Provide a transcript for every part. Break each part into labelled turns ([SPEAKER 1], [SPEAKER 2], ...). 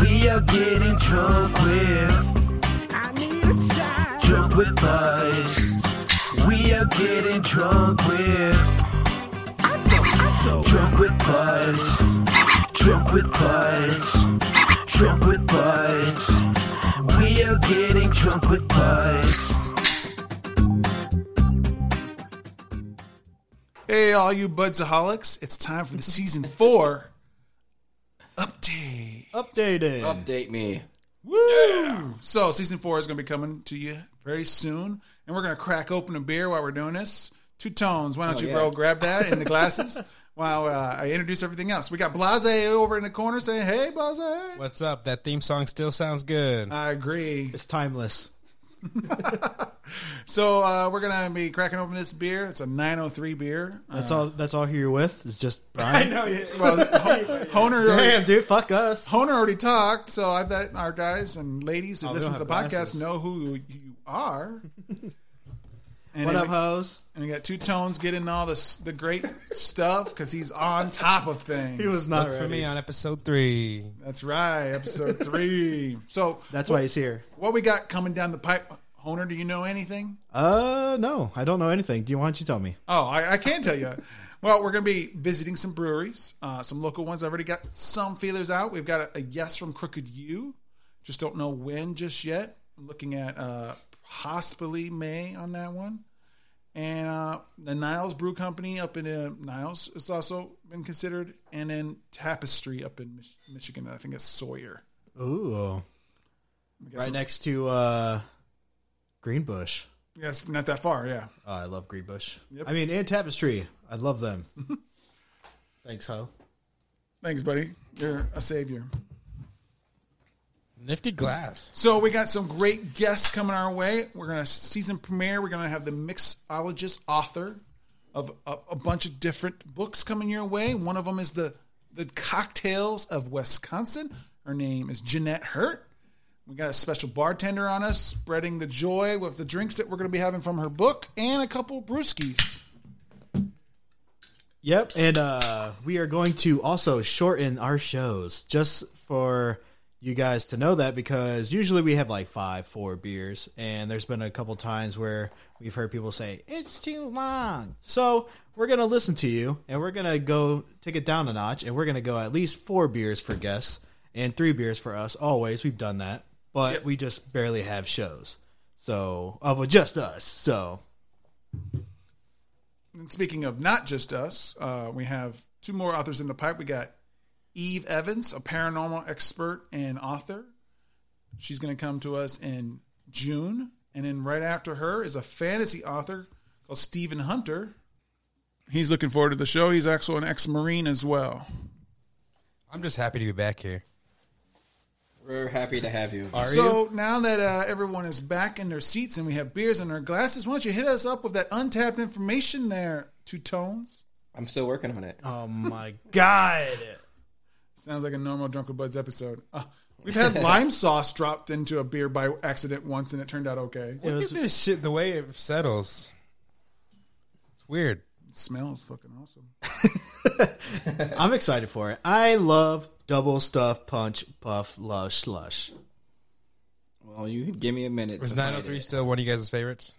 [SPEAKER 1] We are getting drunk with. Drunk with buds. We are getting drunk with. So drunk with buds. Drunk with buds. Drunk with buds. We are getting drunk with buds.
[SPEAKER 2] Hey, all you budsaholics! It's time for the season four update.
[SPEAKER 3] Updated.
[SPEAKER 4] Oh,
[SPEAKER 5] Update me.
[SPEAKER 2] Woo! So season four is going to be coming to you very soon, and we're going to crack open a beer while we're doing this. Two tones. Why don't you,
[SPEAKER 5] yeah.
[SPEAKER 2] bro, grab that in the glasses while uh, I introduce everything else. We got Blase over in the corner saying, "Hey, Blase."
[SPEAKER 4] What's up? That theme song still sounds good.
[SPEAKER 2] I agree.
[SPEAKER 3] It's timeless.
[SPEAKER 2] So uh, we're gonna be cracking open this beer. It's a 903 beer. Uh,
[SPEAKER 3] That's all. That's all here you're with. Is just Brian.
[SPEAKER 2] well, Honer
[SPEAKER 3] Damn, dude. Fuck us.
[SPEAKER 2] Honer already talked, so I bet our guys and ladies who
[SPEAKER 3] Oh, we
[SPEAKER 2] listen to
[SPEAKER 3] don't
[SPEAKER 2] the
[SPEAKER 3] have
[SPEAKER 2] podcast
[SPEAKER 3] glasses.
[SPEAKER 2] know who you are. And
[SPEAKER 3] What
[SPEAKER 2] then
[SPEAKER 3] up,
[SPEAKER 2] we-
[SPEAKER 3] hoes?
[SPEAKER 2] And we got two tones getting all this the great stuff because he's on top of things.
[SPEAKER 3] He was not
[SPEAKER 4] Look for
[SPEAKER 3] ready.
[SPEAKER 4] me on episode three.
[SPEAKER 2] That's right, episode three. So
[SPEAKER 3] That's why he's here.
[SPEAKER 2] what we got coming down the pipe, Honer? Do you know anything?
[SPEAKER 3] Uh, no, I don't know anything. Do you want you tell me?
[SPEAKER 2] Oh, I, I can tell you. Well, we're going to be visiting some breweries, uh, some local ones. I already got some feelers out. We've got a, a yes from Crooked U. Just don't know when just yet. I'm looking at uh, possibly May on that one. And uh, the Niles Brew Company up in uh, Niles has also been considered. And then Tapestry up in Mich- Michigan. I think it's Sawyer.
[SPEAKER 3] Ooh,
[SPEAKER 2] Yes,
[SPEAKER 3] right next to uh, Greenbush.
[SPEAKER 2] Yes, not that far, yeah.
[SPEAKER 3] Oh, I love Greenbush.
[SPEAKER 2] Yep.
[SPEAKER 3] I mean, and Tapestry. I love them. Thanks, ho.
[SPEAKER 2] Thanks, buddy. You're a savior.
[SPEAKER 4] Nifty glass.
[SPEAKER 2] So we got some great guests coming our way. We're gonna season premiere. We're gonna have the mixologist, author of a, a bunch of different books coming your way. One of them is the the cocktails of Wisconsin. Her name is Jeanette Hurt. We got a special bartender on us, spreading the joy with the drinks that we're gonna be having from her book and a couple brewskis.
[SPEAKER 3] Yep, and uh, we are going to also shorten our shows just for you guys to know that because usually we have like five, four beers, and there's been a couple times where we've heard people say it's too long. So we're gonna listen to you, and we're gonna go take it down a notch, and we're gonna go at least four beers for guests and three beers for us. Always, we've done that, but we just barely have shows. So of just us. So
[SPEAKER 2] And speaking of not just us, uh, we have two more authors in the pipe. We got Eve Evans, a paranormal expert and author. She's going to come to us in June. And then right after her is a fantasy author called Stephen Hunter. He's looking forward to the show. He's actually an ex Marine as well.
[SPEAKER 4] I'm just happy to be back here.
[SPEAKER 5] We're happy to have you.
[SPEAKER 4] Are you?
[SPEAKER 2] so now that uh, everyone is back in their seats and we have beers in our glasses, why don't you hit us up with that untapped information there, Two Tones?
[SPEAKER 5] I'm still working on it.
[SPEAKER 3] oh my god.
[SPEAKER 2] Sounds like a normal Drunk with Buds episode. Uh, we've had lime sauce dropped into a beer by accident once, and it turned out okay. It
[SPEAKER 4] Look at this shit. The way it settles. It's weird.
[SPEAKER 2] smells fucking awesome.
[SPEAKER 3] I'm excited for it. I love double stuff, punch, puff, lush, slush.
[SPEAKER 5] Well, you give me a minute.
[SPEAKER 4] Was
[SPEAKER 5] to find
[SPEAKER 4] 903
[SPEAKER 5] it.
[SPEAKER 4] still one of you guys' favorites?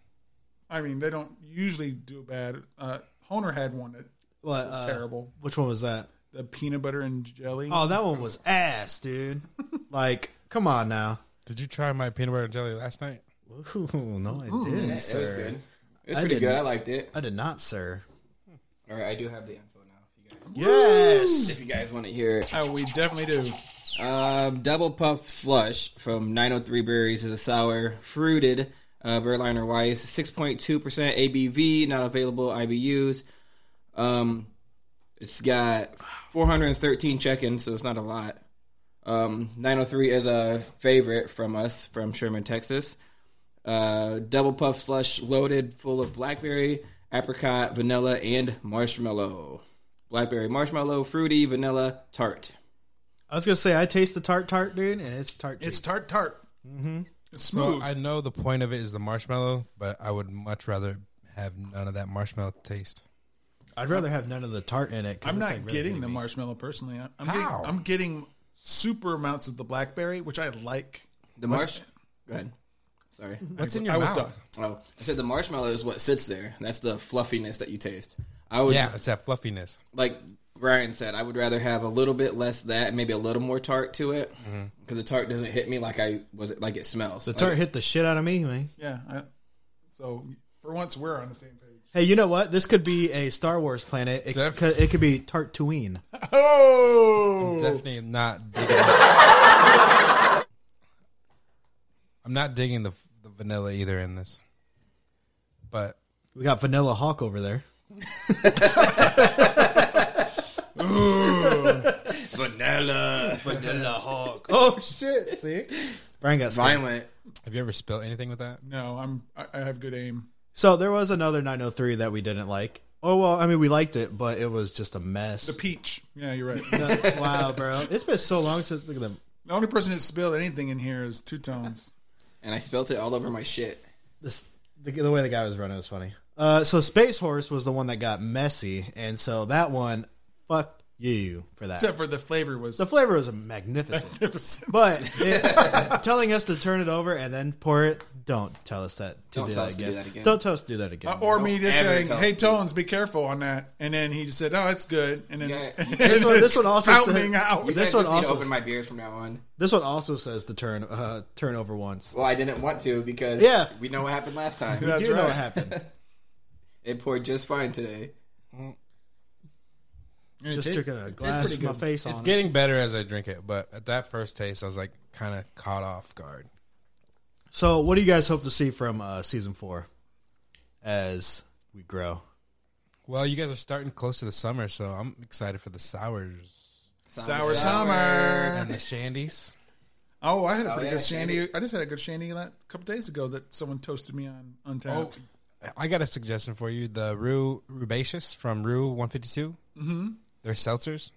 [SPEAKER 2] I mean, they don't usually do bad. Uh, Honer had one that
[SPEAKER 3] What? uh,
[SPEAKER 2] was terrible.
[SPEAKER 3] Which one was that?
[SPEAKER 2] The peanut butter and jelly.
[SPEAKER 3] Oh, that one was ass, dude. like, come on now.
[SPEAKER 4] Did you try my peanut butter and jelly last night?
[SPEAKER 3] Ooh, no, I didn't,
[SPEAKER 5] Yeah, it was
[SPEAKER 3] sir.
[SPEAKER 5] good. It was
[SPEAKER 3] I
[SPEAKER 5] pretty good.
[SPEAKER 3] didn't-
[SPEAKER 5] I liked it.
[SPEAKER 3] I did not, sir.
[SPEAKER 5] All right, I do have the info now. If you guys,
[SPEAKER 3] Yes.
[SPEAKER 5] if you guys want to hear it.
[SPEAKER 2] Oh, we definitely do.
[SPEAKER 5] Um, Double Puff Slush from 903 Breweries is a sour, fruited uh, Berliner Weiss, 6.2% ABV, not available IBUs. Um, it's got 413 check-ins, so it's not a lot. Um, 903 is a favorite from us from Sherman, Texas. Uh, Double Puff Slush loaded, full of blackberry, apricot, vanilla, and marshmallow. Blackberry, marshmallow, fruity, vanilla, tart.
[SPEAKER 3] I was gonna say I taste the tart tart, dude, and it's tart.
[SPEAKER 2] It's tart tart. Mm-hmm. It's
[SPEAKER 4] Well,
[SPEAKER 2] smooth.
[SPEAKER 4] I know the point of it is the marshmallow, but I would much rather have none of that marshmallow taste.
[SPEAKER 3] I'd rather have none of the tart in it. 'cause
[SPEAKER 2] I'm
[SPEAKER 3] it's,
[SPEAKER 2] not
[SPEAKER 3] like, really
[SPEAKER 2] getting the
[SPEAKER 3] gamey.
[SPEAKER 2] marshmallow personally. I- I'm
[SPEAKER 4] How?
[SPEAKER 2] getting I'm getting super amounts of the blackberry, which I like.
[SPEAKER 5] The marsh. Go ahead. Sorry.
[SPEAKER 4] What's in your
[SPEAKER 2] I was
[SPEAKER 4] mouth?
[SPEAKER 2] done.
[SPEAKER 5] Oh, I said the marshmallow is what sits there. That's the fluffiness that you taste. I would,
[SPEAKER 4] Yeah, it's that fluffiness.
[SPEAKER 5] like Brian said, I would rather have a little bit less that, maybe a little more tart to it, because the tart doesn't hit me like I was like it smells.
[SPEAKER 3] The tart hit the shit out of me, man.
[SPEAKER 2] Yeah. I, so for once, we're on the same page.
[SPEAKER 3] Hey, you know what? This could be a Star Wars planet. It,
[SPEAKER 4] Def-
[SPEAKER 3] could, it could be Tartuine.
[SPEAKER 2] Oh,
[SPEAKER 4] Definitely not digging. I'm not digging the, the vanilla either in this. But
[SPEAKER 3] We got Vanilla Hawk over there.
[SPEAKER 5] vanilla, vanilla hog,
[SPEAKER 3] Oh shit! See, Brian got scared.
[SPEAKER 5] violent.
[SPEAKER 4] have you ever spilled anything with that?
[SPEAKER 2] no, I'm. I, I have good aim.
[SPEAKER 3] So there was another 903 that we didn't like. Oh well, I mean we liked it, but it was just a mess.
[SPEAKER 2] The peach. Yeah, you're right.
[SPEAKER 3] wow, bro, it's been so long since look at them.
[SPEAKER 2] the only person that spilled anything in here is two tones.
[SPEAKER 5] And I spilt it all over my shit.
[SPEAKER 3] This the, the way the guy was running was funny. Uh, so Space Horse was the one that got messy, and so that one, fuck you for that.
[SPEAKER 2] Except for the flavor was.
[SPEAKER 3] the flavor was magnificent,
[SPEAKER 2] magnificent.
[SPEAKER 3] but it, telling us to turn it over and then pour it, don't tell us that to,
[SPEAKER 5] Don't
[SPEAKER 3] do,
[SPEAKER 5] tell
[SPEAKER 3] that
[SPEAKER 5] us to
[SPEAKER 3] again.
[SPEAKER 5] do that again.
[SPEAKER 3] Don't tell us to do that again.
[SPEAKER 2] Uh, or me just
[SPEAKER 5] ever
[SPEAKER 2] saying,
[SPEAKER 5] tell
[SPEAKER 2] "Hey,
[SPEAKER 5] us.
[SPEAKER 2] Tones, be careful on that," and then he just said, "Oh, it's good." And then
[SPEAKER 5] Yeah.
[SPEAKER 2] and
[SPEAKER 3] This one- this one also said-
[SPEAKER 2] sounding out.
[SPEAKER 5] You
[SPEAKER 3] This
[SPEAKER 5] this one
[SPEAKER 3] one
[SPEAKER 5] just need to
[SPEAKER 3] also-
[SPEAKER 5] open my beers from now on.
[SPEAKER 3] this one also says the turn uh, turn over once.
[SPEAKER 5] Well, I didn't want to because
[SPEAKER 3] Yeah.
[SPEAKER 5] we know what happened last time.
[SPEAKER 2] That's
[SPEAKER 3] you know
[SPEAKER 2] right.
[SPEAKER 3] what happened.
[SPEAKER 5] It poured just fine today.
[SPEAKER 2] And it
[SPEAKER 3] Just
[SPEAKER 2] tastes-
[SPEAKER 3] took a
[SPEAKER 2] it tastes
[SPEAKER 3] glass
[SPEAKER 2] pretty
[SPEAKER 3] with my
[SPEAKER 2] good.
[SPEAKER 3] face
[SPEAKER 4] It's
[SPEAKER 3] on it.
[SPEAKER 4] getting better as I drink it, but at that first taste, I was like kind of caught off guard.
[SPEAKER 3] So, what do you guys hope to see from uh, season four as we grow?
[SPEAKER 4] Well, you guys are starting close to the summer, so I'm excited for the sours
[SPEAKER 2] Sour summer.
[SPEAKER 4] and the shandies.
[SPEAKER 2] Oh, I had a pretty
[SPEAKER 5] yeah,
[SPEAKER 2] good shandy. I just had a good shandy a couple days ago that someone toasted me on
[SPEAKER 4] Oh,
[SPEAKER 2] Untapped.
[SPEAKER 4] I got a suggestion for you. The Rue Rubaceous from Rue 152. Mm-hmm. They're seltzers.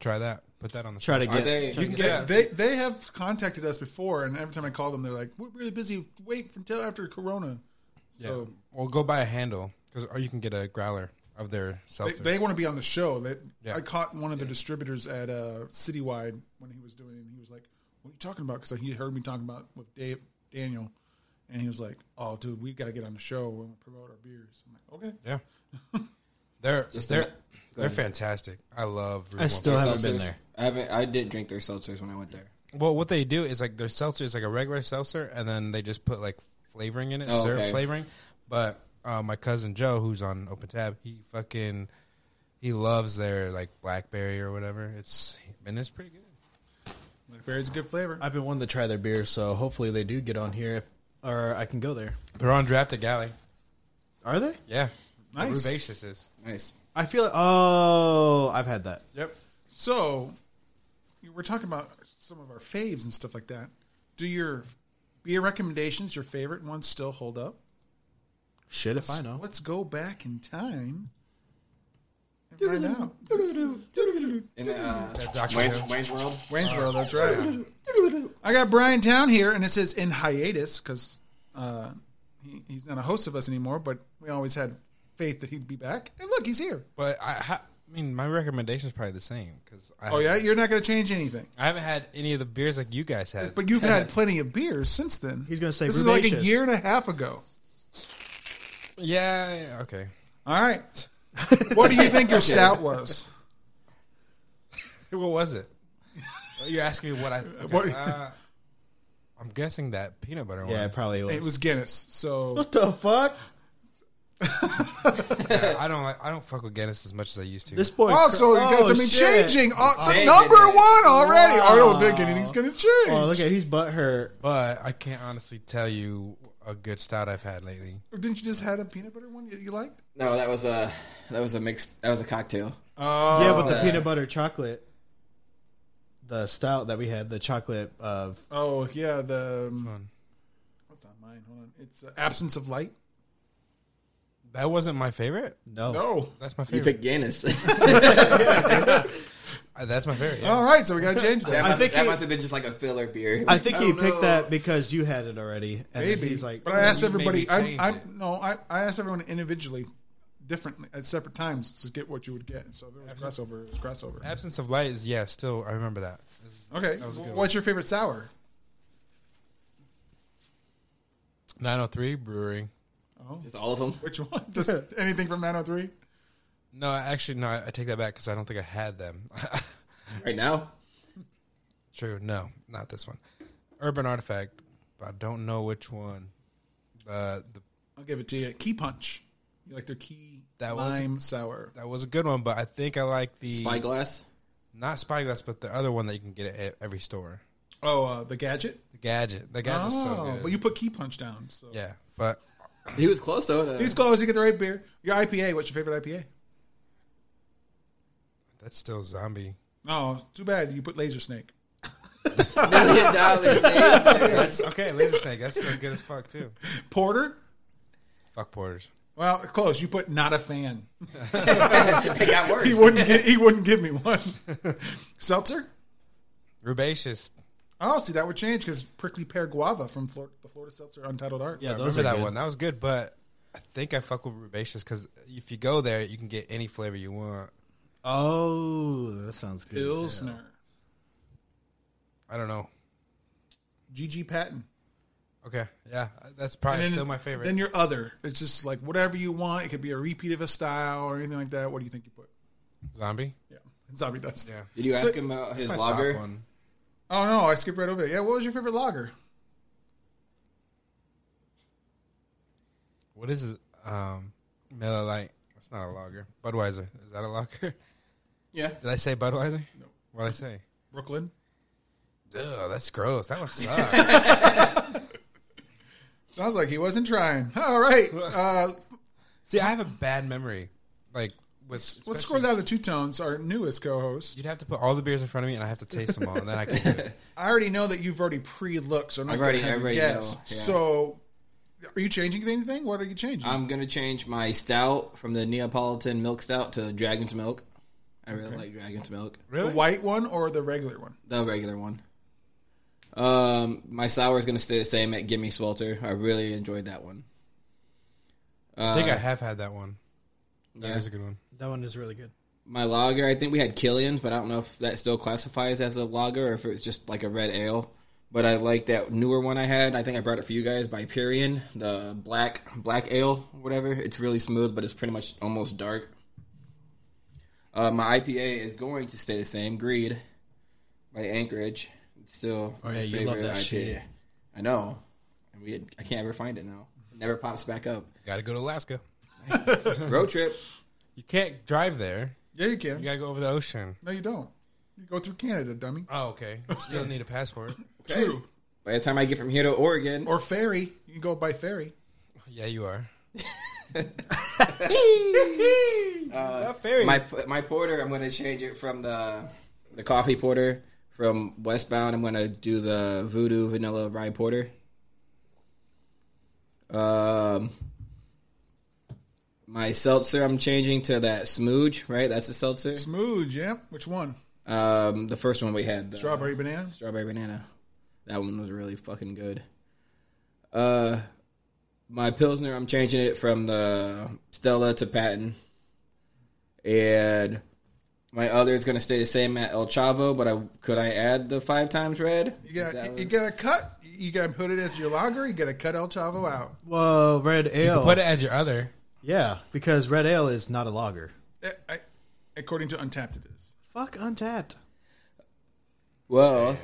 [SPEAKER 4] Try that. Put that on the
[SPEAKER 3] Try to
[SPEAKER 5] Are
[SPEAKER 3] get
[SPEAKER 5] they?
[SPEAKER 4] You can get
[SPEAKER 2] They they have contacted us before, and every time I call them, they're like, "We're really busy. Wait until after Corona." So
[SPEAKER 4] Well, go buy a handle because, or you can get a growler of their
[SPEAKER 2] they,
[SPEAKER 4] seltzer.
[SPEAKER 2] they want to be on the show. They,
[SPEAKER 4] Yeah.
[SPEAKER 2] I caught one of the distributors at uh, Citywide when he was doing it. And he was like, "What are you talking about?" Because he heard me talking about with Dave Daniel, and he was like, "Oh, dude, we got to get on the show and promote our beers." I'm like, "Okay."
[SPEAKER 4] yeah, they're
[SPEAKER 5] Just
[SPEAKER 4] they're
[SPEAKER 5] a-
[SPEAKER 4] they're fantastic. I love. Rue
[SPEAKER 3] I still
[SPEAKER 4] 152.
[SPEAKER 3] haven't been
[SPEAKER 5] Seltzers.
[SPEAKER 3] there.
[SPEAKER 5] I haven't. I didn't drink their seltzers when I went there.
[SPEAKER 4] Well, what they do is like their seltzer is like a regular seltzer, and then they just put like flavoring in it,
[SPEAKER 5] Oh,
[SPEAKER 4] syrup
[SPEAKER 5] okay.
[SPEAKER 4] flavoring. But uh, my cousin Joe, who's on Open Tab, he fucking he loves their like blackberry or whatever. It's and it's pretty good.
[SPEAKER 2] Blackberry's a good flavor.
[SPEAKER 3] I've been wanting to try their beer, so hopefully they do get on here, or I can go there.
[SPEAKER 4] They're on draft at Galley.
[SPEAKER 3] Are they?
[SPEAKER 4] Yeah,
[SPEAKER 2] Nice.
[SPEAKER 4] The Rubaceous is.
[SPEAKER 5] Nice.
[SPEAKER 3] I feel. oh, I've had that.
[SPEAKER 4] Yep.
[SPEAKER 2] So, we're talking about some of our faves and stuff like that. Do your beer recommendations, your favorite ones, still hold up?
[SPEAKER 3] Shit, if I know.
[SPEAKER 2] Let's go back in time and find out.
[SPEAKER 5] In the
[SPEAKER 4] That
[SPEAKER 5] uh,
[SPEAKER 4] Dr. Who.
[SPEAKER 5] Wayne's, Wayne's World.
[SPEAKER 2] Wayne's World, that's right. Uh, I got Brian Town here, and it says in hiatus because uh, he, he's not a host of us anymore, but we always had faith that he'd be back. And look, he's here.
[SPEAKER 4] But I, ha- I mean, my recommendation is probably the same because I,
[SPEAKER 2] Oh, yeah? You're not going to change anything.
[SPEAKER 4] I haven't had any of the beers like you guys had.
[SPEAKER 2] But you've had plenty of beers since then.
[SPEAKER 3] He's gonna say
[SPEAKER 2] this is like a
[SPEAKER 3] Rubaceous.
[SPEAKER 2] year and a half ago.
[SPEAKER 4] yeah, yeah, okay.
[SPEAKER 2] All right. What do you think your stout was?
[SPEAKER 4] What was it? You're asking me what I. okay,
[SPEAKER 2] What-
[SPEAKER 4] uh, I'm guessing that peanut butter
[SPEAKER 3] Yeah, it
[SPEAKER 4] one.
[SPEAKER 3] probably was.
[SPEAKER 2] It was Guinness. So
[SPEAKER 3] what the fuck?
[SPEAKER 4] I don't like. I don't fuck with Guinness as much as I used to.
[SPEAKER 3] This boy.
[SPEAKER 2] also you guys
[SPEAKER 3] Oh,
[SPEAKER 2] have been
[SPEAKER 3] shit.
[SPEAKER 2] changing uh, the
[SPEAKER 5] Changing
[SPEAKER 2] number
[SPEAKER 5] it.
[SPEAKER 2] one already. I don't think
[SPEAKER 3] Wow.
[SPEAKER 2] anything's gonna change.
[SPEAKER 3] Oh, look at he's butt hurt.
[SPEAKER 4] but I can't honestly tell you a good stout I've had lately.
[SPEAKER 2] Didn't you just had a peanut butter one you, you liked?
[SPEAKER 5] No, that was a that was a mixed. That was a cocktail.
[SPEAKER 2] Oh,
[SPEAKER 3] yeah, with the peanut butter chocolate, the stout that we had, the chocolate of
[SPEAKER 2] oh yeah, the
[SPEAKER 4] on.
[SPEAKER 2] what's on mine? Hold on, it's uh, absence of light.
[SPEAKER 4] That wasn't my favorite.
[SPEAKER 3] no.
[SPEAKER 2] No.
[SPEAKER 4] That's my
[SPEAKER 5] You
[SPEAKER 4] favorite.
[SPEAKER 5] picked Guinness.
[SPEAKER 4] Uh, That's my favorite. Yeah.
[SPEAKER 2] All right, so we gotta change
[SPEAKER 5] That,
[SPEAKER 2] that.
[SPEAKER 5] must,
[SPEAKER 3] think
[SPEAKER 5] that
[SPEAKER 3] he-
[SPEAKER 5] must have been just like a filler beer. Oh,
[SPEAKER 3] I think he
[SPEAKER 5] don't
[SPEAKER 3] picked
[SPEAKER 5] know.
[SPEAKER 3] that because you had it already, and then
[SPEAKER 2] Maybe,
[SPEAKER 3] he's like,
[SPEAKER 2] but I asked
[SPEAKER 4] you made
[SPEAKER 2] everybody.
[SPEAKER 4] me
[SPEAKER 2] I,
[SPEAKER 4] change
[SPEAKER 2] I
[SPEAKER 4] it.
[SPEAKER 2] no, I, I asked everyone individually, differently at separate times to get what you would get. So if it was crossover, it was crossover.
[SPEAKER 4] Absence of light is yeah. Still, I remember that. It's
[SPEAKER 2] Okay. What's your favorite sour?
[SPEAKER 4] 903 Brewery.
[SPEAKER 5] Just all of them.
[SPEAKER 2] Which one? Does anything from 903?
[SPEAKER 4] No, actually, no. I take that back because I don't think I had them.
[SPEAKER 5] Right now?
[SPEAKER 4] True. No, not this one. Urban Artifact. But I don't know which one. Uh, the,
[SPEAKER 2] I'll give it to you. Key punch. You like their key
[SPEAKER 4] That was-
[SPEAKER 2] lime sour.
[SPEAKER 4] that was a good one, but I think I like the
[SPEAKER 5] Spyglass?
[SPEAKER 4] not Spyglass, but the other one that you can get at every store.
[SPEAKER 2] Oh, uh, the gadget.
[SPEAKER 4] The gadget. The gadget's so
[SPEAKER 2] Oh,
[SPEAKER 4] good.
[SPEAKER 2] but you put key punch down. So.
[SPEAKER 4] yeah, but
[SPEAKER 5] He was close, though. to-
[SPEAKER 2] These close. You get the right beer. Your IPA. What's your favorite IPA?
[SPEAKER 4] that's still zombie.
[SPEAKER 2] Oh, too bad you put Laser Snake.
[SPEAKER 5] Million dollars, man.
[SPEAKER 4] That's okay. Laser Snake. That's still good as fuck too.
[SPEAKER 2] Porter.
[SPEAKER 4] Fuck porters.
[SPEAKER 2] Well, close. You put not a fan.
[SPEAKER 5] It got worse.
[SPEAKER 2] He wouldn't. Get, he wouldn't give me one. Seltzer.
[SPEAKER 4] Rubaceous.
[SPEAKER 2] Oh, see that would change because prickly pear guava from Flor- the Florida Seltzer Untitled Art.
[SPEAKER 3] Yeah,
[SPEAKER 4] I
[SPEAKER 3] those
[SPEAKER 4] remember
[SPEAKER 3] are
[SPEAKER 4] that
[SPEAKER 3] good.
[SPEAKER 4] one. That was good, but I think I fuck with Rubaceous because if you go there, you can get any flavor you want.
[SPEAKER 3] Oh, that sounds good. as hell.
[SPEAKER 2] Pilsner.
[SPEAKER 4] I don't know.
[SPEAKER 2] GG Patton.
[SPEAKER 4] Okay, yeah, that's probably
[SPEAKER 2] then-
[SPEAKER 4] still my favorite.
[SPEAKER 2] Then your other. It's just like whatever you want. It could be a repeat of a style or anything like that. What do you think you put?
[SPEAKER 4] Zombie.
[SPEAKER 2] Yeah, zombie dust.
[SPEAKER 4] Yeah.
[SPEAKER 5] Did you ask
[SPEAKER 2] So-
[SPEAKER 5] him about his
[SPEAKER 4] My top
[SPEAKER 5] logger?
[SPEAKER 4] one.
[SPEAKER 2] Oh no, I skipped right over it. Yeah, what was your favorite lager?
[SPEAKER 4] What is it? Um, Miller Lite. That's not a lager. Budweiser. Is that a lager?
[SPEAKER 5] Yeah.
[SPEAKER 4] Did I say Budweiser? No. What did I say?
[SPEAKER 2] Brooklyn.
[SPEAKER 4] Ugh, that's gross. That one sucks.
[SPEAKER 2] Sounds like he wasn't trying. All right. Uh,
[SPEAKER 4] See, I have a bad memory. Like, with
[SPEAKER 2] let's
[SPEAKER 4] especially-
[SPEAKER 2] scroll down to Two Tones, our newest co-host.
[SPEAKER 4] You'd have to put all the beers in front of me, and I have to taste them all, and then I can. do it.
[SPEAKER 2] I already know that you've already pre-looked, so I'm not
[SPEAKER 5] I've
[SPEAKER 2] going
[SPEAKER 5] already-
[SPEAKER 2] to have
[SPEAKER 5] I
[SPEAKER 2] a
[SPEAKER 5] already
[SPEAKER 2] guess.
[SPEAKER 5] know, yeah.
[SPEAKER 2] So, are you changing anything? What are you changing?
[SPEAKER 5] I'm going to change my stout from the Neapolitan milk stout to dragon's milk. I really like dragon's milk.
[SPEAKER 2] the white one or the regular one?
[SPEAKER 5] The regular one. Um, my sour is going to stay the same at Gimme Swelter. I really enjoyed that one.
[SPEAKER 4] I think I have had that one. That is
[SPEAKER 5] Yeah.
[SPEAKER 4] a good one.
[SPEAKER 3] That one is really good.
[SPEAKER 5] My lager, I think we had Killian's, but I don't know if that still classifies as a lager or if it's just like a red ale. But I like that newer one I had. I think I brought it for you guys by Pyrian, the black black ale, whatever. It's really smooth, but it's pretty much almost dark. Uh, my IPA is going to stay the same. Greed by Anchorage. It's still
[SPEAKER 3] Oh, yeah, you love that shit.
[SPEAKER 5] I know. And we I can't ever find it now. It never pops back up.
[SPEAKER 4] Got to go to Alaska.
[SPEAKER 5] Road trip.
[SPEAKER 4] You can't drive there.
[SPEAKER 2] Yeah, you can.
[SPEAKER 4] You got to go over the ocean.
[SPEAKER 2] No, you don't. You go through Canada, dummy.
[SPEAKER 4] Oh, okay. You still need a passport.
[SPEAKER 2] True.
[SPEAKER 5] By the time I get from here to Oregon,
[SPEAKER 2] Or ferry. You can go by ferry.
[SPEAKER 4] Yeah, you are. uh,
[SPEAKER 5] my my porter, I'm gonna change it from the the coffee porter from Westbound. I'm gonna do the Voodoo Vanilla Rye Porter. Um, my seltzer, I'm changing to that smooge. Right, that's the seltzer.
[SPEAKER 2] Smooth, yeah. Which one?
[SPEAKER 5] Um, the first one we had, the
[SPEAKER 2] Strawberry bananas.
[SPEAKER 5] strawberry banana. That one was really fucking good. Uh, my pilsner, I'm changing it from the Stella to Patton, and my other is gonna stay the same at El Chavo. But I could I add the five times red?
[SPEAKER 2] You got.
[SPEAKER 5] That
[SPEAKER 2] You,
[SPEAKER 5] was-
[SPEAKER 2] got to cut. You got to put it as your lager. You got to cut El Chavo out.
[SPEAKER 3] Whoa, red ale.
[SPEAKER 4] Put it as your other.
[SPEAKER 3] yeah, because red ale is not a lager.
[SPEAKER 2] Eh, I, according to Untapped, it is.
[SPEAKER 3] Fuck untapped.
[SPEAKER 5] well,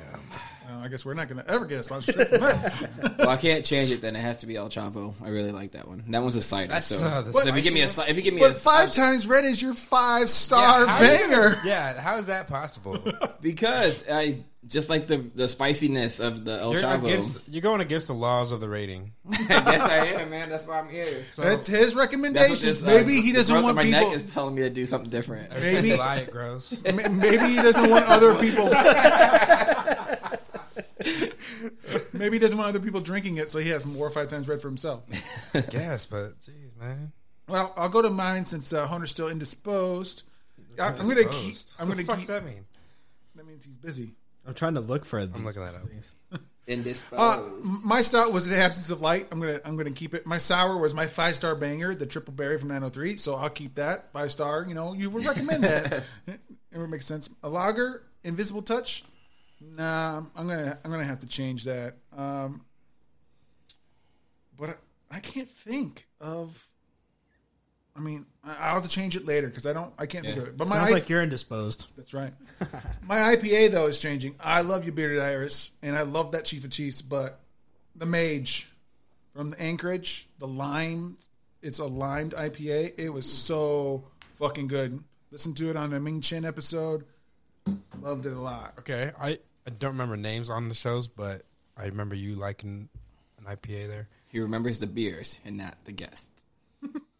[SPEAKER 2] Uh, I guess we're not going to ever get a sponsorship. from that.
[SPEAKER 5] well, I can't change it. Then it has to be El Chavo. I really like that one. That one's a cider.
[SPEAKER 4] That's,
[SPEAKER 5] so,
[SPEAKER 4] uh, the
[SPEAKER 5] so if you
[SPEAKER 4] spicy
[SPEAKER 5] give me a
[SPEAKER 4] one?
[SPEAKER 5] ci- if you give me a
[SPEAKER 2] but five times red is your five star
[SPEAKER 4] how is-
[SPEAKER 2] banger.
[SPEAKER 4] Yeah, how is that possible?
[SPEAKER 5] because I just like the the spiciness of the El
[SPEAKER 4] You're,
[SPEAKER 5] Chavo.
[SPEAKER 4] against, you're going against the laws of the rating.
[SPEAKER 5] I guess I am, man. That's why I'm here. So
[SPEAKER 2] That's his
[SPEAKER 5] That's what
[SPEAKER 2] recommendations.
[SPEAKER 5] this, uh,
[SPEAKER 2] maybe he
[SPEAKER 5] the
[SPEAKER 2] doesn't
[SPEAKER 5] front
[SPEAKER 2] want
[SPEAKER 5] of my
[SPEAKER 2] people.
[SPEAKER 5] neck is telling me to do something different.
[SPEAKER 4] Maybe
[SPEAKER 2] Maybe-
[SPEAKER 4] lie it gross.
[SPEAKER 2] ma- maybe he doesn't want other people. maybe he doesn't want other people drinking it, so he has more five times red for himself.
[SPEAKER 4] Yes, but jeez, man.
[SPEAKER 2] Well, I'll go to mine since uh, Hunter's still indisposed. I, I'm going to keep.
[SPEAKER 4] Gross.
[SPEAKER 2] I'm
[SPEAKER 4] What
[SPEAKER 2] going to
[SPEAKER 4] the fuck
[SPEAKER 2] keep.
[SPEAKER 4] that mean?
[SPEAKER 2] That means he's busy.
[SPEAKER 3] I'm trying to look for.
[SPEAKER 4] I'm looking that up.
[SPEAKER 5] Indisposed.
[SPEAKER 2] Uh, m- my stout was the absence of light. I'm gonna I'm gonna keep it. My sour was my five star banger, the triple berry from 903. So I'll keep that five star. You know, you would recommend that. it would make sense. A lager, invisible touch, Nah, I'm- I'm gonna I'm gonna have to change that. Um, but I, I can't think of. I mean, I- I'll have to change it later because I don't. I can't think of it. But my
[SPEAKER 3] Sounds
[SPEAKER 2] I-
[SPEAKER 3] like you're indisposed.
[SPEAKER 2] that's right. my IPA though is changing. I love you, bearded Iris, and I love that Chief of Chiefs, but the Mage from the Anchorage, the lime, it's a limed IPA. It was so fucking good. Listen to it on the Ming Chen episode. Loved it a lot.
[SPEAKER 4] Okay, I, I don't remember names on the shows, but I remember you liking an IPA there.
[SPEAKER 5] He remembers the beers and not the guests.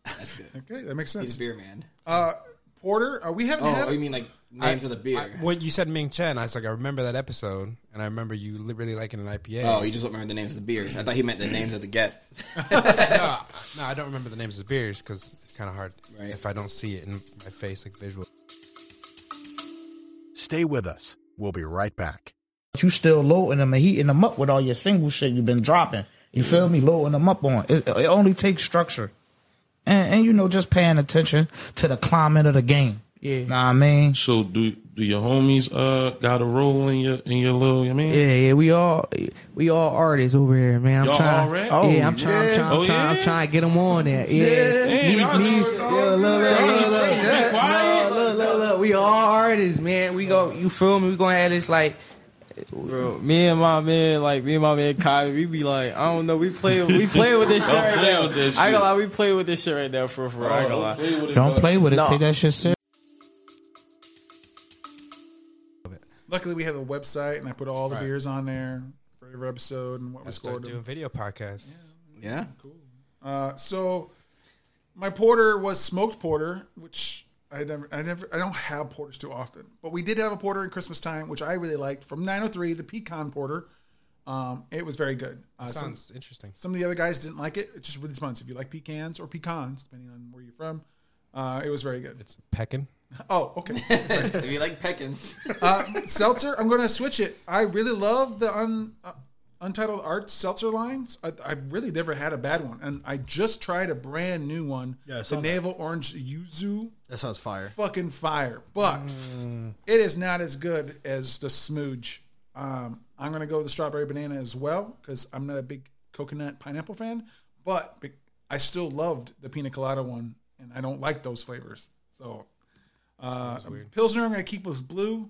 [SPEAKER 5] That's good.
[SPEAKER 2] Okay, that makes
[SPEAKER 5] He's a
[SPEAKER 2] sense.
[SPEAKER 5] beer man.
[SPEAKER 2] Uh, Porter, uh, we haven't
[SPEAKER 5] Oh,
[SPEAKER 2] had.
[SPEAKER 5] oh, you mean like names
[SPEAKER 4] I-
[SPEAKER 5] of the beer?
[SPEAKER 4] I, when you said Ming Chen, I was like, I remember that episode, and I remember you li- really liking an IPA.
[SPEAKER 5] oh, you just don't remember the names of the beers. I thought he meant the names of the guests.
[SPEAKER 4] no, no, I don't remember the names of the beers because it's kind of hard
[SPEAKER 5] Right.
[SPEAKER 4] if I don't see it in my face, like visual.
[SPEAKER 6] Stay with us. We'll be right back.
[SPEAKER 7] but you still loading them and heating them up with all your single shit you've been dropping. You feel me? Loading them up on it. It only takes structure, and, and you know just paying attention to the climate of the game. Yeah, know what I mean.
[SPEAKER 8] So do do your homies uh got a role in your in your little? I mean,
[SPEAKER 9] Yeah, yeah, we all we all artists over here, man. I'm
[SPEAKER 8] Y'all
[SPEAKER 9] trying,
[SPEAKER 8] all rap?
[SPEAKER 9] yeah, I'm trying, I'm trying, I'm
[SPEAKER 8] Oh,
[SPEAKER 9] trying, I'm
[SPEAKER 8] yeah?
[SPEAKER 9] trying to get them on there. Yeah,
[SPEAKER 8] Damn, y'all just-
[SPEAKER 9] look, look, look,
[SPEAKER 8] Y'all
[SPEAKER 9] look,
[SPEAKER 8] just
[SPEAKER 9] look.
[SPEAKER 8] sitting there quiet?
[SPEAKER 9] No, look, look, look, we all artists, man. We go, you feel me? We gonna have this like. Bro, me and my man, like me and my man Kai, we be like, I don't know, we play, we play with this shit
[SPEAKER 8] Don't
[SPEAKER 9] right
[SPEAKER 8] play
[SPEAKER 9] now.
[SPEAKER 8] with this
[SPEAKER 9] I ain't gonna
[SPEAKER 8] shit. Oh.
[SPEAKER 9] lie, we play with this shit right now for for. I ain't gonna lie.
[SPEAKER 8] play with it,
[SPEAKER 7] Don't
[SPEAKER 8] bro.
[SPEAKER 7] play with it.
[SPEAKER 9] No.
[SPEAKER 7] Take that shit serious.
[SPEAKER 2] luckily, we have a website, and I put all the beers on there for every episode and what we
[SPEAKER 4] I
[SPEAKER 2] scored.
[SPEAKER 4] started doing
[SPEAKER 2] them.
[SPEAKER 4] video podcasts.
[SPEAKER 5] yeah.
[SPEAKER 2] Uh, so, my porter was smoked porter, which I never, I never, I don't have porters too often, but we did have a porter in Christmas time, which I really liked from 903, the pecan porter. Um, it was very good. Uh, some-
[SPEAKER 4] Sounds interesting.
[SPEAKER 2] some of the other guys didn't like it. It just really depends if you like pecans or pecans, depending on where you're from. Uh, it was very good.
[SPEAKER 4] It's pecking.
[SPEAKER 2] Oh, okay.
[SPEAKER 5] If you like Peckins,
[SPEAKER 2] seltzer. I'm going to switch it. I really love the un, uh, Untitled Arts seltzer lines. I, I really never had a bad one, and I just tried a brand new one.
[SPEAKER 3] Yeah, I saw
[SPEAKER 2] the
[SPEAKER 3] that.
[SPEAKER 2] navel orange yuzu,
[SPEAKER 3] That sounds fire.
[SPEAKER 2] fucking fire. But it is not as good as the smooge. Um, I'm going to go with the strawberry banana as well because I'm not a big coconut pineapple fan, but be- I still loved the pina colada one, and I don't like those flavors. So. Uh, Pilsner, I'm going to keep with blue.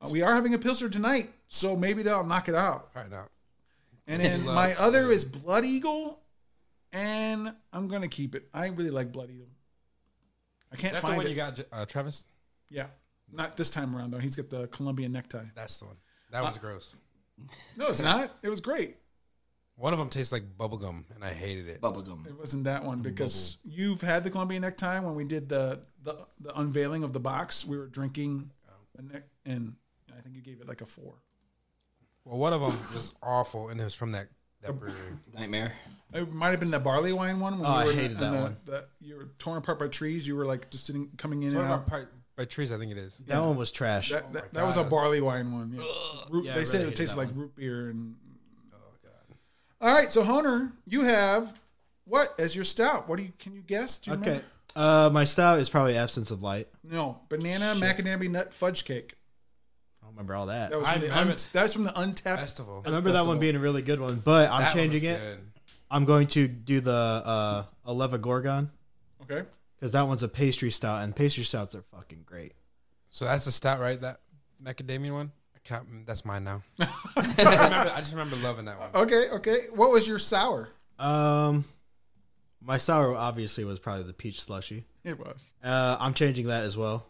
[SPEAKER 2] Uh, we are having a pilsner tonight, so maybe that'll knock it out.
[SPEAKER 4] Probably not.
[SPEAKER 2] And then my other is Blood Eagle, and I'm gonna keep it. I really like Blood Eagle. I can't
[SPEAKER 4] That's the
[SPEAKER 2] find
[SPEAKER 4] one
[SPEAKER 2] it.
[SPEAKER 4] you got, uh, Travis.
[SPEAKER 2] Yeah, not this time around though. He's got the Colombian necktie.
[SPEAKER 4] That's the one. Uh, That one's gross.
[SPEAKER 2] No, it's not. It was great.
[SPEAKER 4] One of them tastes like bubblegum, and I hated it.
[SPEAKER 5] bubblegum.
[SPEAKER 2] It wasn't that one because you've had the Colombian necktie when we did the the, the unveiling of the box. We were drinking, a neck, and I think you gave it like a four.
[SPEAKER 4] Well, one of them was awful, and it was from that that brewery.
[SPEAKER 5] Nightmare.
[SPEAKER 2] It might have been the barley wine one. When
[SPEAKER 3] Oh,
[SPEAKER 2] you
[SPEAKER 3] I
[SPEAKER 2] were in
[SPEAKER 3] hated
[SPEAKER 2] the, in
[SPEAKER 3] that
[SPEAKER 2] the-
[SPEAKER 3] one.
[SPEAKER 2] the- you were torn apart by trees. You were like just sitting, coming in
[SPEAKER 4] One
[SPEAKER 2] and
[SPEAKER 4] of our
[SPEAKER 2] out.
[SPEAKER 4] part, by trees, I think it is.
[SPEAKER 3] That one was trash.
[SPEAKER 2] That, that, that was a barley wine one. yeah. Root,
[SPEAKER 3] Yeah, I
[SPEAKER 2] they say
[SPEAKER 3] really
[SPEAKER 2] it
[SPEAKER 3] hated
[SPEAKER 2] tasted
[SPEAKER 3] that Oh,
[SPEAKER 2] like root beer and. All right, so Hunter, you have what as your stout? What do you can you guess? Do you
[SPEAKER 3] okay.
[SPEAKER 2] remember?
[SPEAKER 3] Uh, my style is probably absence of light.
[SPEAKER 2] No, banana macadamia nut fudge cake.
[SPEAKER 3] I don't remember all that.
[SPEAKER 2] That was from,
[SPEAKER 4] I
[SPEAKER 2] the,
[SPEAKER 4] remember-
[SPEAKER 2] un- that's from the untapped.
[SPEAKER 4] Festival.
[SPEAKER 3] I remember that
[SPEAKER 2] Festival.
[SPEAKER 3] one being a really good one,
[SPEAKER 4] That
[SPEAKER 3] but I'm
[SPEAKER 4] one was
[SPEAKER 3] changing it.
[SPEAKER 4] good.
[SPEAKER 3] I'm going to do the uh, Aleva Gorgon
[SPEAKER 2] Okay,
[SPEAKER 3] because that one's a pastry stout, and pastry stouts are fucking great.
[SPEAKER 4] So that's a stout, right? That macadamia one. I can't. mm, That's mine now. I, remember, I just remember loving that one.
[SPEAKER 2] okay, okay. What was your sour?
[SPEAKER 3] Um, my sour obviously was probably the peach slushy.
[SPEAKER 2] It was.
[SPEAKER 3] Uh, I'm changing that as well.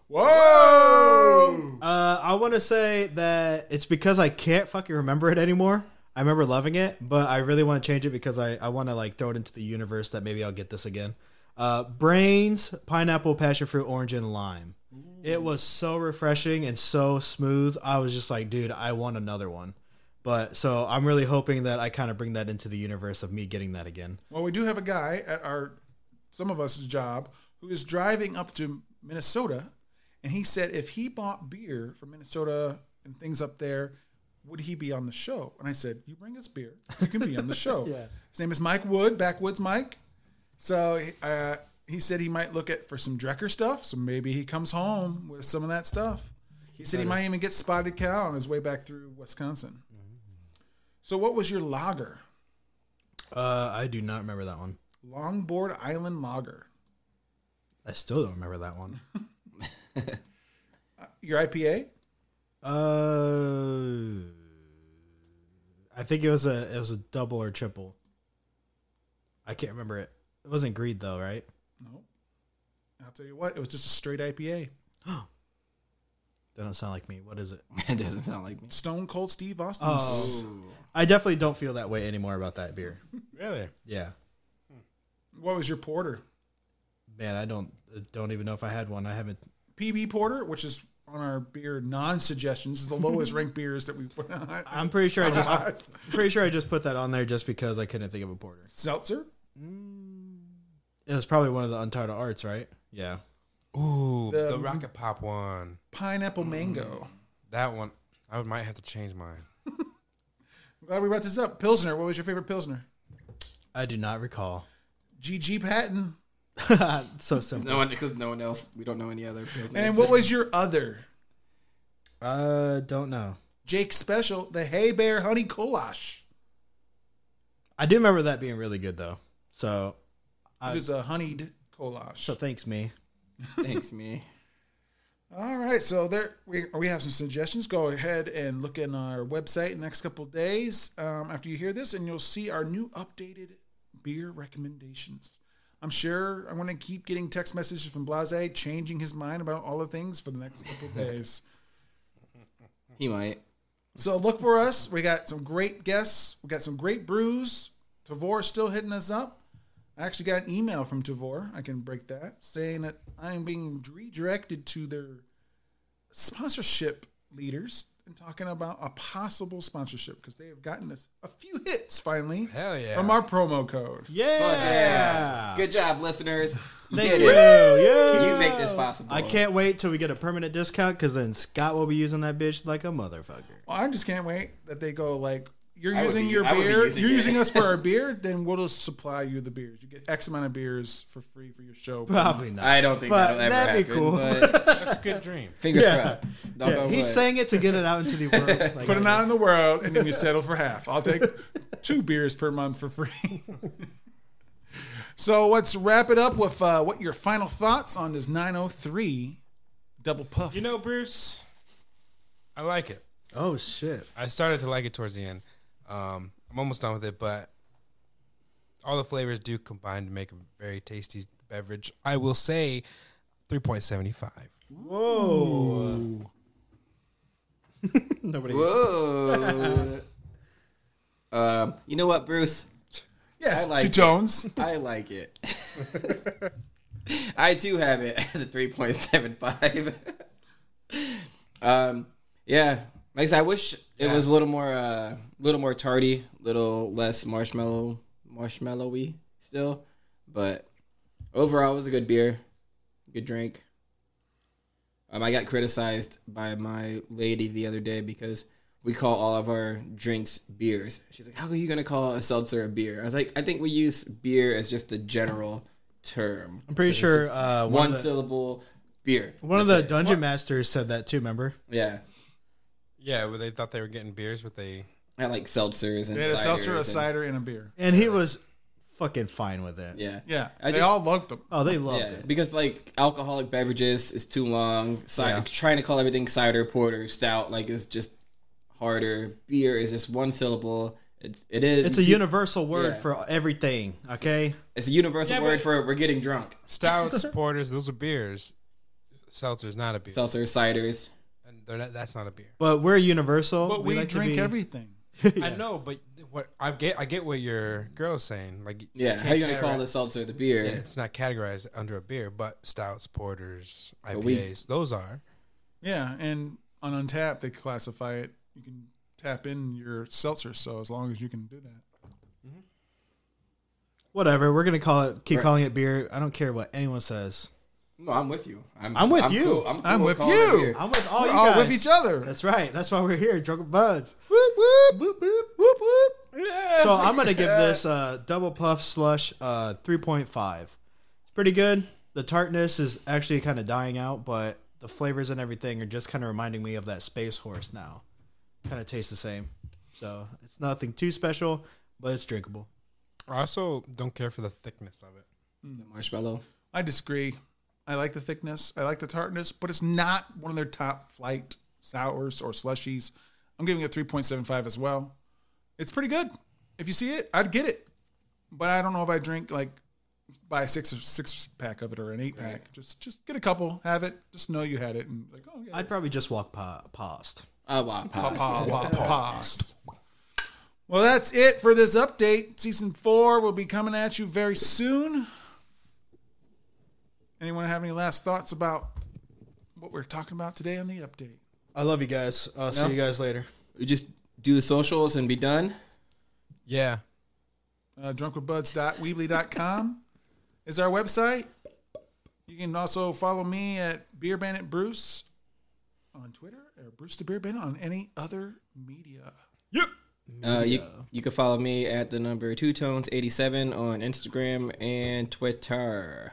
[SPEAKER 2] Whoa!
[SPEAKER 3] Uh, I want to say that it's because I can't fucking remember it anymore. I remember loving it, but I really want to change it because I, I want to like throw it into the universe that maybe I'll get this again. Uh, brains, pineapple, passion fruit, orange, and lime. It was so refreshing and so smooth. I was just like, dude, I want another one. But so I'm really hoping that I kind of bring that into the universe of me getting that again.
[SPEAKER 2] Well, we do have a guy at our some of us job who is driving up to Minnesota, and he said if he bought beer from Minnesota and things up there, would he be on the show? And I said, you bring us beer, you can be on the show.
[SPEAKER 3] Yeah.
[SPEAKER 2] His name is Mike Wood, Backwoods Mike. So uh, he said he might look at for some Drecker stuff. So maybe he comes home with some of that stuff. He said he might even get Spotted Cow on his way back through Wisconsin. So, what was your lager?
[SPEAKER 3] Uh, I do not remember that one.
[SPEAKER 2] Longboard Island Lager.
[SPEAKER 3] I still don't remember that one.
[SPEAKER 2] Your IPA?
[SPEAKER 3] Uh, I think it was a it was a double or triple. I can't remember it. It wasn't greed though, right?
[SPEAKER 2] No. I'll tell you what, it was just a straight IPA.
[SPEAKER 3] That don't sound like me. What is it?
[SPEAKER 5] it doesn't sound like me.
[SPEAKER 2] Stone Cold Steve Austin.
[SPEAKER 3] I definitely don't feel that way anymore about that beer.
[SPEAKER 4] Really?
[SPEAKER 3] Yeah,
[SPEAKER 2] What was your porter?
[SPEAKER 3] man, I don't I don't even know if I had one. I haven't.
[SPEAKER 2] PB Porter, which is on our beer non suggestions, is the lowest ranked beers that we put on.
[SPEAKER 3] I'm pretty sure I just I'm pretty sure I just put that on there just because I couldn't think of a porter.
[SPEAKER 2] Seltzer?
[SPEAKER 3] It was probably one of the Untitled Arts, right? Yeah.
[SPEAKER 4] Ooh,
[SPEAKER 2] The-
[SPEAKER 4] the, Rocket Pop one.
[SPEAKER 2] Pineapple mango.
[SPEAKER 4] That one. I might have to change mine.
[SPEAKER 2] I'm glad we brought this up. Pilsner, what was your favorite Pilsner?
[SPEAKER 3] I do not recall.
[SPEAKER 2] GG Patton.
[SPEAKER 3] so simple.
[SPEAKER 5] No one, because no one else. We don't know any other. pilsners.
[SPEAKER 2] And what was your other?
[SPEAKER 3] Uh, don't know.
[SPEAKER 2] Jake Special, the Hay Bear Honey Kolash.
[SPEAKER 3] I do remember that being really good though. So
[SPEAKER 2] It was a honeyed kolash.
[SPEAKER 3] so thanks me.
[SPEAKER 5] Thanks, me.
[SPEAKER 2] All right, so there we, we have some suggestions. Go ahead and look in our website in the next couple of days um, after you hear this, and you'll see our new updated beer recommendations. I'm sure I'm going to keep getting text messages from Blase changing his mind about all the things for the next couple of days.
[SPEAKER 5] He might.
[SPEAKER 2] So look for us. We got some great guests. We got some great brews. Tavor's still hitting us up. I actually got an email from Tavor. I can break that saying that I'm being redirected to their sponsorship leaders and talking about a possible sponsorship because they have gotten us a few hits finally
[SPEAKER 4] Hell yeah.
[SPEAKER 2] from our promo code.
[SPEAKER 3] Yeah.
[SPEAKER 5] Good job, listeners. You
[SPEAKER 3] Uh, Thank
[SPEAKER 5] did
[SPEAKER 3] you.
[SPEAKER 5] it.
[SPEAKER 3] Yeah.
[SPEAKER 5] You make this possible.
[SPEAKER 3] I can't wait till we get a permanent discount because then Scott will be using that bitch like a motherfucker.
[SPEAKER 2] Well, I just can't wait that they go like you're
[SPEAKER 5] I would
[SPEAKER 2] using
[SPEAKER 5] be-
[SPEAKER 2] your
[SPEAKER 5] I would be
[SPEAKER 2] beer.
[SPEAKER 5] using
[SPEAKER 2] you're
[SPEAKER 5] it.
[SPEAKER 2] using us for our beer. Then we'll just supply you the beers. You get X amount of beers for free for your show.
[SPEAKER 3] Probably not.
[SPEAKER 5] I don't think
[SPEAKER 3] But
[SPEAKER 5] that'll ever
[SPEAKER 3] that'd be
[SPEAKER 5] happen.
[SPEAKER 3] cool.
[SPEAKER 5] But
[SPEAKER 4] That's a good dream.
[SPEAKER 5] fingers
[SPEAKER 3] Yeah.
[SPEAKER 5] crossed. Knock
[SPEAKER 3] Yeah,
[SPEAKER 5] on
[SPEAKER 3] he
[SPEAKER 5] wood.
[SPEAKER 3] sang it to get it out into the world. Like,
[SPEAKER 2] Put it out in the world, and then you settle for half. I'll take two beers per month for free. so let's wrap it up with uh, what your final thoughts on this 903 double puff.
[SPEAKER 4] You know, Bruce, I like it.
[SPEAKER 3] Oh shit!
[SPEAKER 4] I started to like it towards the end. Um, I'm almost done with it, but all the flavors do combine to make a very tasty beverage. I will say 3.75.
[SPEAKER 3] Nobody.
[SPEAKER 5] Whoa. um, you know what, Bruce?
[SPEAKER 2] yes,
[SPEAKER 5] I like
[SPEAKER 2] two
[SPEAKER 5] it.
[SPEAKER 2] tones.
[SPEAKER 5] I like it. I too have it as a 3.75. um, yeah, like I said, I wish it was a little more, uh, little more tardy, little less marshmallow, marshmallowy still. But overall, it was a good beer, good drink. Um, I got criticized by my lady the other day because we call all of our drinks beers. She's like, "How are you gonna call a seltzer a beer?" I was like, "I think we use beer as just a general term.
[SPEAKER 3] I'm pretty sure uh, one,
[SPEAKER 5] one
[SPEAKER 3] of the,
[SPEAKER 5] syllable beer.
[SPEAKER 3] one of the
[SPEAKER 5] That's it.
[SPEAKER 3] dungeon masters said that too. Remember?
[SPEAKER 5] yeah."
[SPEAKER 4] Yeah, well, they thought they were getting beers, but they.
[SPEAKER 5] I like seltzers and
[SPEAKER 2] They had a seltzer,
[SPEAKER 5] ciders
[SPEAKER 2] a
[SPEAKER 5] and-
[SPEAKER 2] cider, and a beer.
[SPEAKER 3] And he was fucking fine with it.
[SPEAKER 5] Yeah,
[SPEAKER 2] Yeah,
[SPEAKER 5] I
[SPEAKER 2] they
[SPEAKER 5] just-
[SPEAKER 2] all loved them.
[SPEAKER 3] Oh, they loved
[SPEAKER 5] Yeah,
[SPEAKER 3] it.
[SPEAKER 5] because like alcoholic beverages is too long. Cider,
[SPEAKER 3] Yeah.
[SPEAKER 5] Trying to call everything cider, porter, stout, like is just harder. Beer is just one syllable. It's it is.
[SPEAKER 3] It's a universal word
[SPEAKER 5] Yeah.
[SPEAKER 3] for everything. Okay.
[SPEAKER 5] It's a universal word for we're getting drunk.
[SPEAKER 4] Stouts, porters, those are beers. Seltzer's not a beer.
[SPEAKER 5] Seltzer, ciders.
[SPEAKER 4] and they're not, that's not a beer.
[SPEAKER 3] But we're universal.
[SPEAKER 2] But we,
[SPEAKER 3] like to
[SPEAKER 2] drink
[SPEAKER 3] be-
[SPEAKER 2] everything.
[SPEAKER 4] I know, but what I get, I get what your girl's saying. Like, you
[SPEAKER 5] Yeah,
[SPEAKER 4] can't
[SPEAKER 5] how you gonna call
[SPEAKER 4] categorize-
[SPEAKER 5] the seltzer the beer?
[SPEAKER 4] Yeah, It's not categorized under a beer, but stouts, porters, IPAs,
[SPEAKER 5] we-
[SPEAKER 4] those are.
[SPEAKER 2] Yeah, and on Untapped, they classify it. You can tap in your seltzer, so as long as you can do that.
[SPEAKER 3] Whatever. We're gonna call it. Keep
[SPEAKER 5] Right.
[SPEAKER 3] calling it beer. I don't care what anyone says.
[SPEAKER 5] No, I'm with you.
[SPEAKER 3] I'm with you.
[SPEAKER 5] cool. I'm, cool
[SPEAKER 2] I'm with
[SPEAKER 5] calling it
[SPEAKER 2] you.
[SPEAKER 5] beer.
[SPEAKER 3] I'm with all
[SPEAKER 2] We're
[SPEAKER 3] you
[SPEAKER 2] all
[SPEAKER 3] guys.
[SPEAKER 2] with each other.
[SPEAKER 3] That's right. That's why we're here. Drunk with buds.
[SPEAKER 2] whoop, whoop.
[SPEAKER 3] Boop boop whoop whoop. So I'm gonna give this uh, double puff slush uh, 3.5. It's pretty good. The tartness is actually kind of dying out, but the the flavors and everything are just kind of reminding me of that space horse now. Kind of tastes the same. So it's nothing too special, but it's drinkable.
[SPEAKER 4] I also don't care for the thickness of it.
[SPEAKER 5] The marshmallow.
[SPEAKER 2] I disagree. I like the thickness. I like the tartness, but it's not one of their top flight sours or slushies. I'm giving it 3.75 as well. It's pretty good. If you see it, I'd get it. But I don't know if I drink like buy a six or six pack of it or an eight pack. Just just get a couple, have it. Just know you had it and like, oh yeah.
[SPEAKER 3] I'd probably just walk pa- past.
[SPEAKER 5] Oh, wow. Pasta.
[SPEAKER 2] Ah, wah, pause. Well, that's it for this update. Season four will be coming at you very soon. Anyone have any last thoughts about what we're talking about today on the update?
[SPEAKER 3] I love you guys. I'll see you guys later.
[SPEAKER 5] We just do the socials and be done.
[SPEAKER 4] Yeah.
[SPEAKER 2] Uh, drunkwithbuds.weebly.com is our website. You can also follow me at Beer Bandit Bruce on Twitter or Bruce the Beer Bandit on any other media.
[SPEAKER 5] Uh, you you can follow me at the number two tones eighty seven on Instagram and Twitter.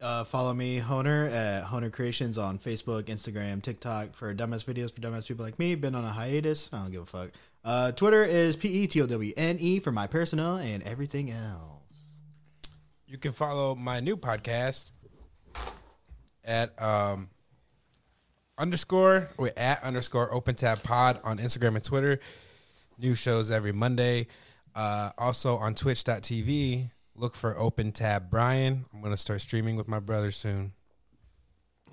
[SPEAKER 3] Uh, follow me, Honer, at Honer Creations on Facebook, Instagram, TikTok for dumbass videos for dumbass people like me. Been on a hiatus. I don't give a fuck. Uh, Twitter is P E T O W N E for my personal and everything else.
[SPEAKER 4] You can follow my new podcast at um, underscore wait, at underscore open tab pod on Instagram and Twitter. New shows every Monday. Uh, also on twitch.tv, look for open tab Brian. I'm going to start streaming with my brother soon.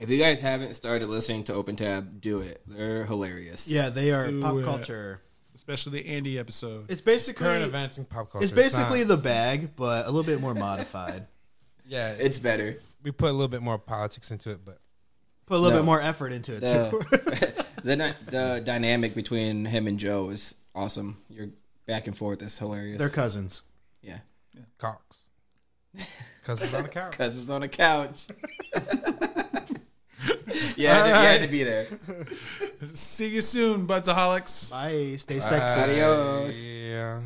[SPEAKER 5] If you guys haven't started listening to Open Tab, do it. They're hilarious.
[SPEAKER 3] Yeah, they are pop
[SPEAKER 2] it.
[SPEAKER 3] culture.
[SPEAKER 2] Especially the Andy episode.
[SPEAKER 3] It's basically
[SPEAKER 4] Current events and pop culture.
[SPEAKER 3] It's basically
[SPEAKER 4] not-
[SPEAKER 3] the bag, but a little bit more modified.
[SPEAKER 4] yeah. It,
[SPEAKER 5] It's better.
[SPEAKER 4] we put a little bit more politics into it, but
[SPEAKER 3] Put a little
[SPEAKER 5] No.
[SPEAKER 3] bit more effort into it too.
[SPEAKER 5] The, the ni- the dynamic between him and Joe is awesome. Your back and forth is hilarious.
[SPEAKER 3] They're cousins.
[SPEAKER 5] yeah.
[SPEAKER 4] Cox. Cousins on the couch.
[SPEAKER 5] Cousins on a couch. yeah, I had to- you had to be there.
[SPEAKER 2] See you soon, Budsaholics.
[SPEAKER 3] Bye. Stay sexy.
[SPEAKER 5] Adios.
[SPEAKER 4] Yeah.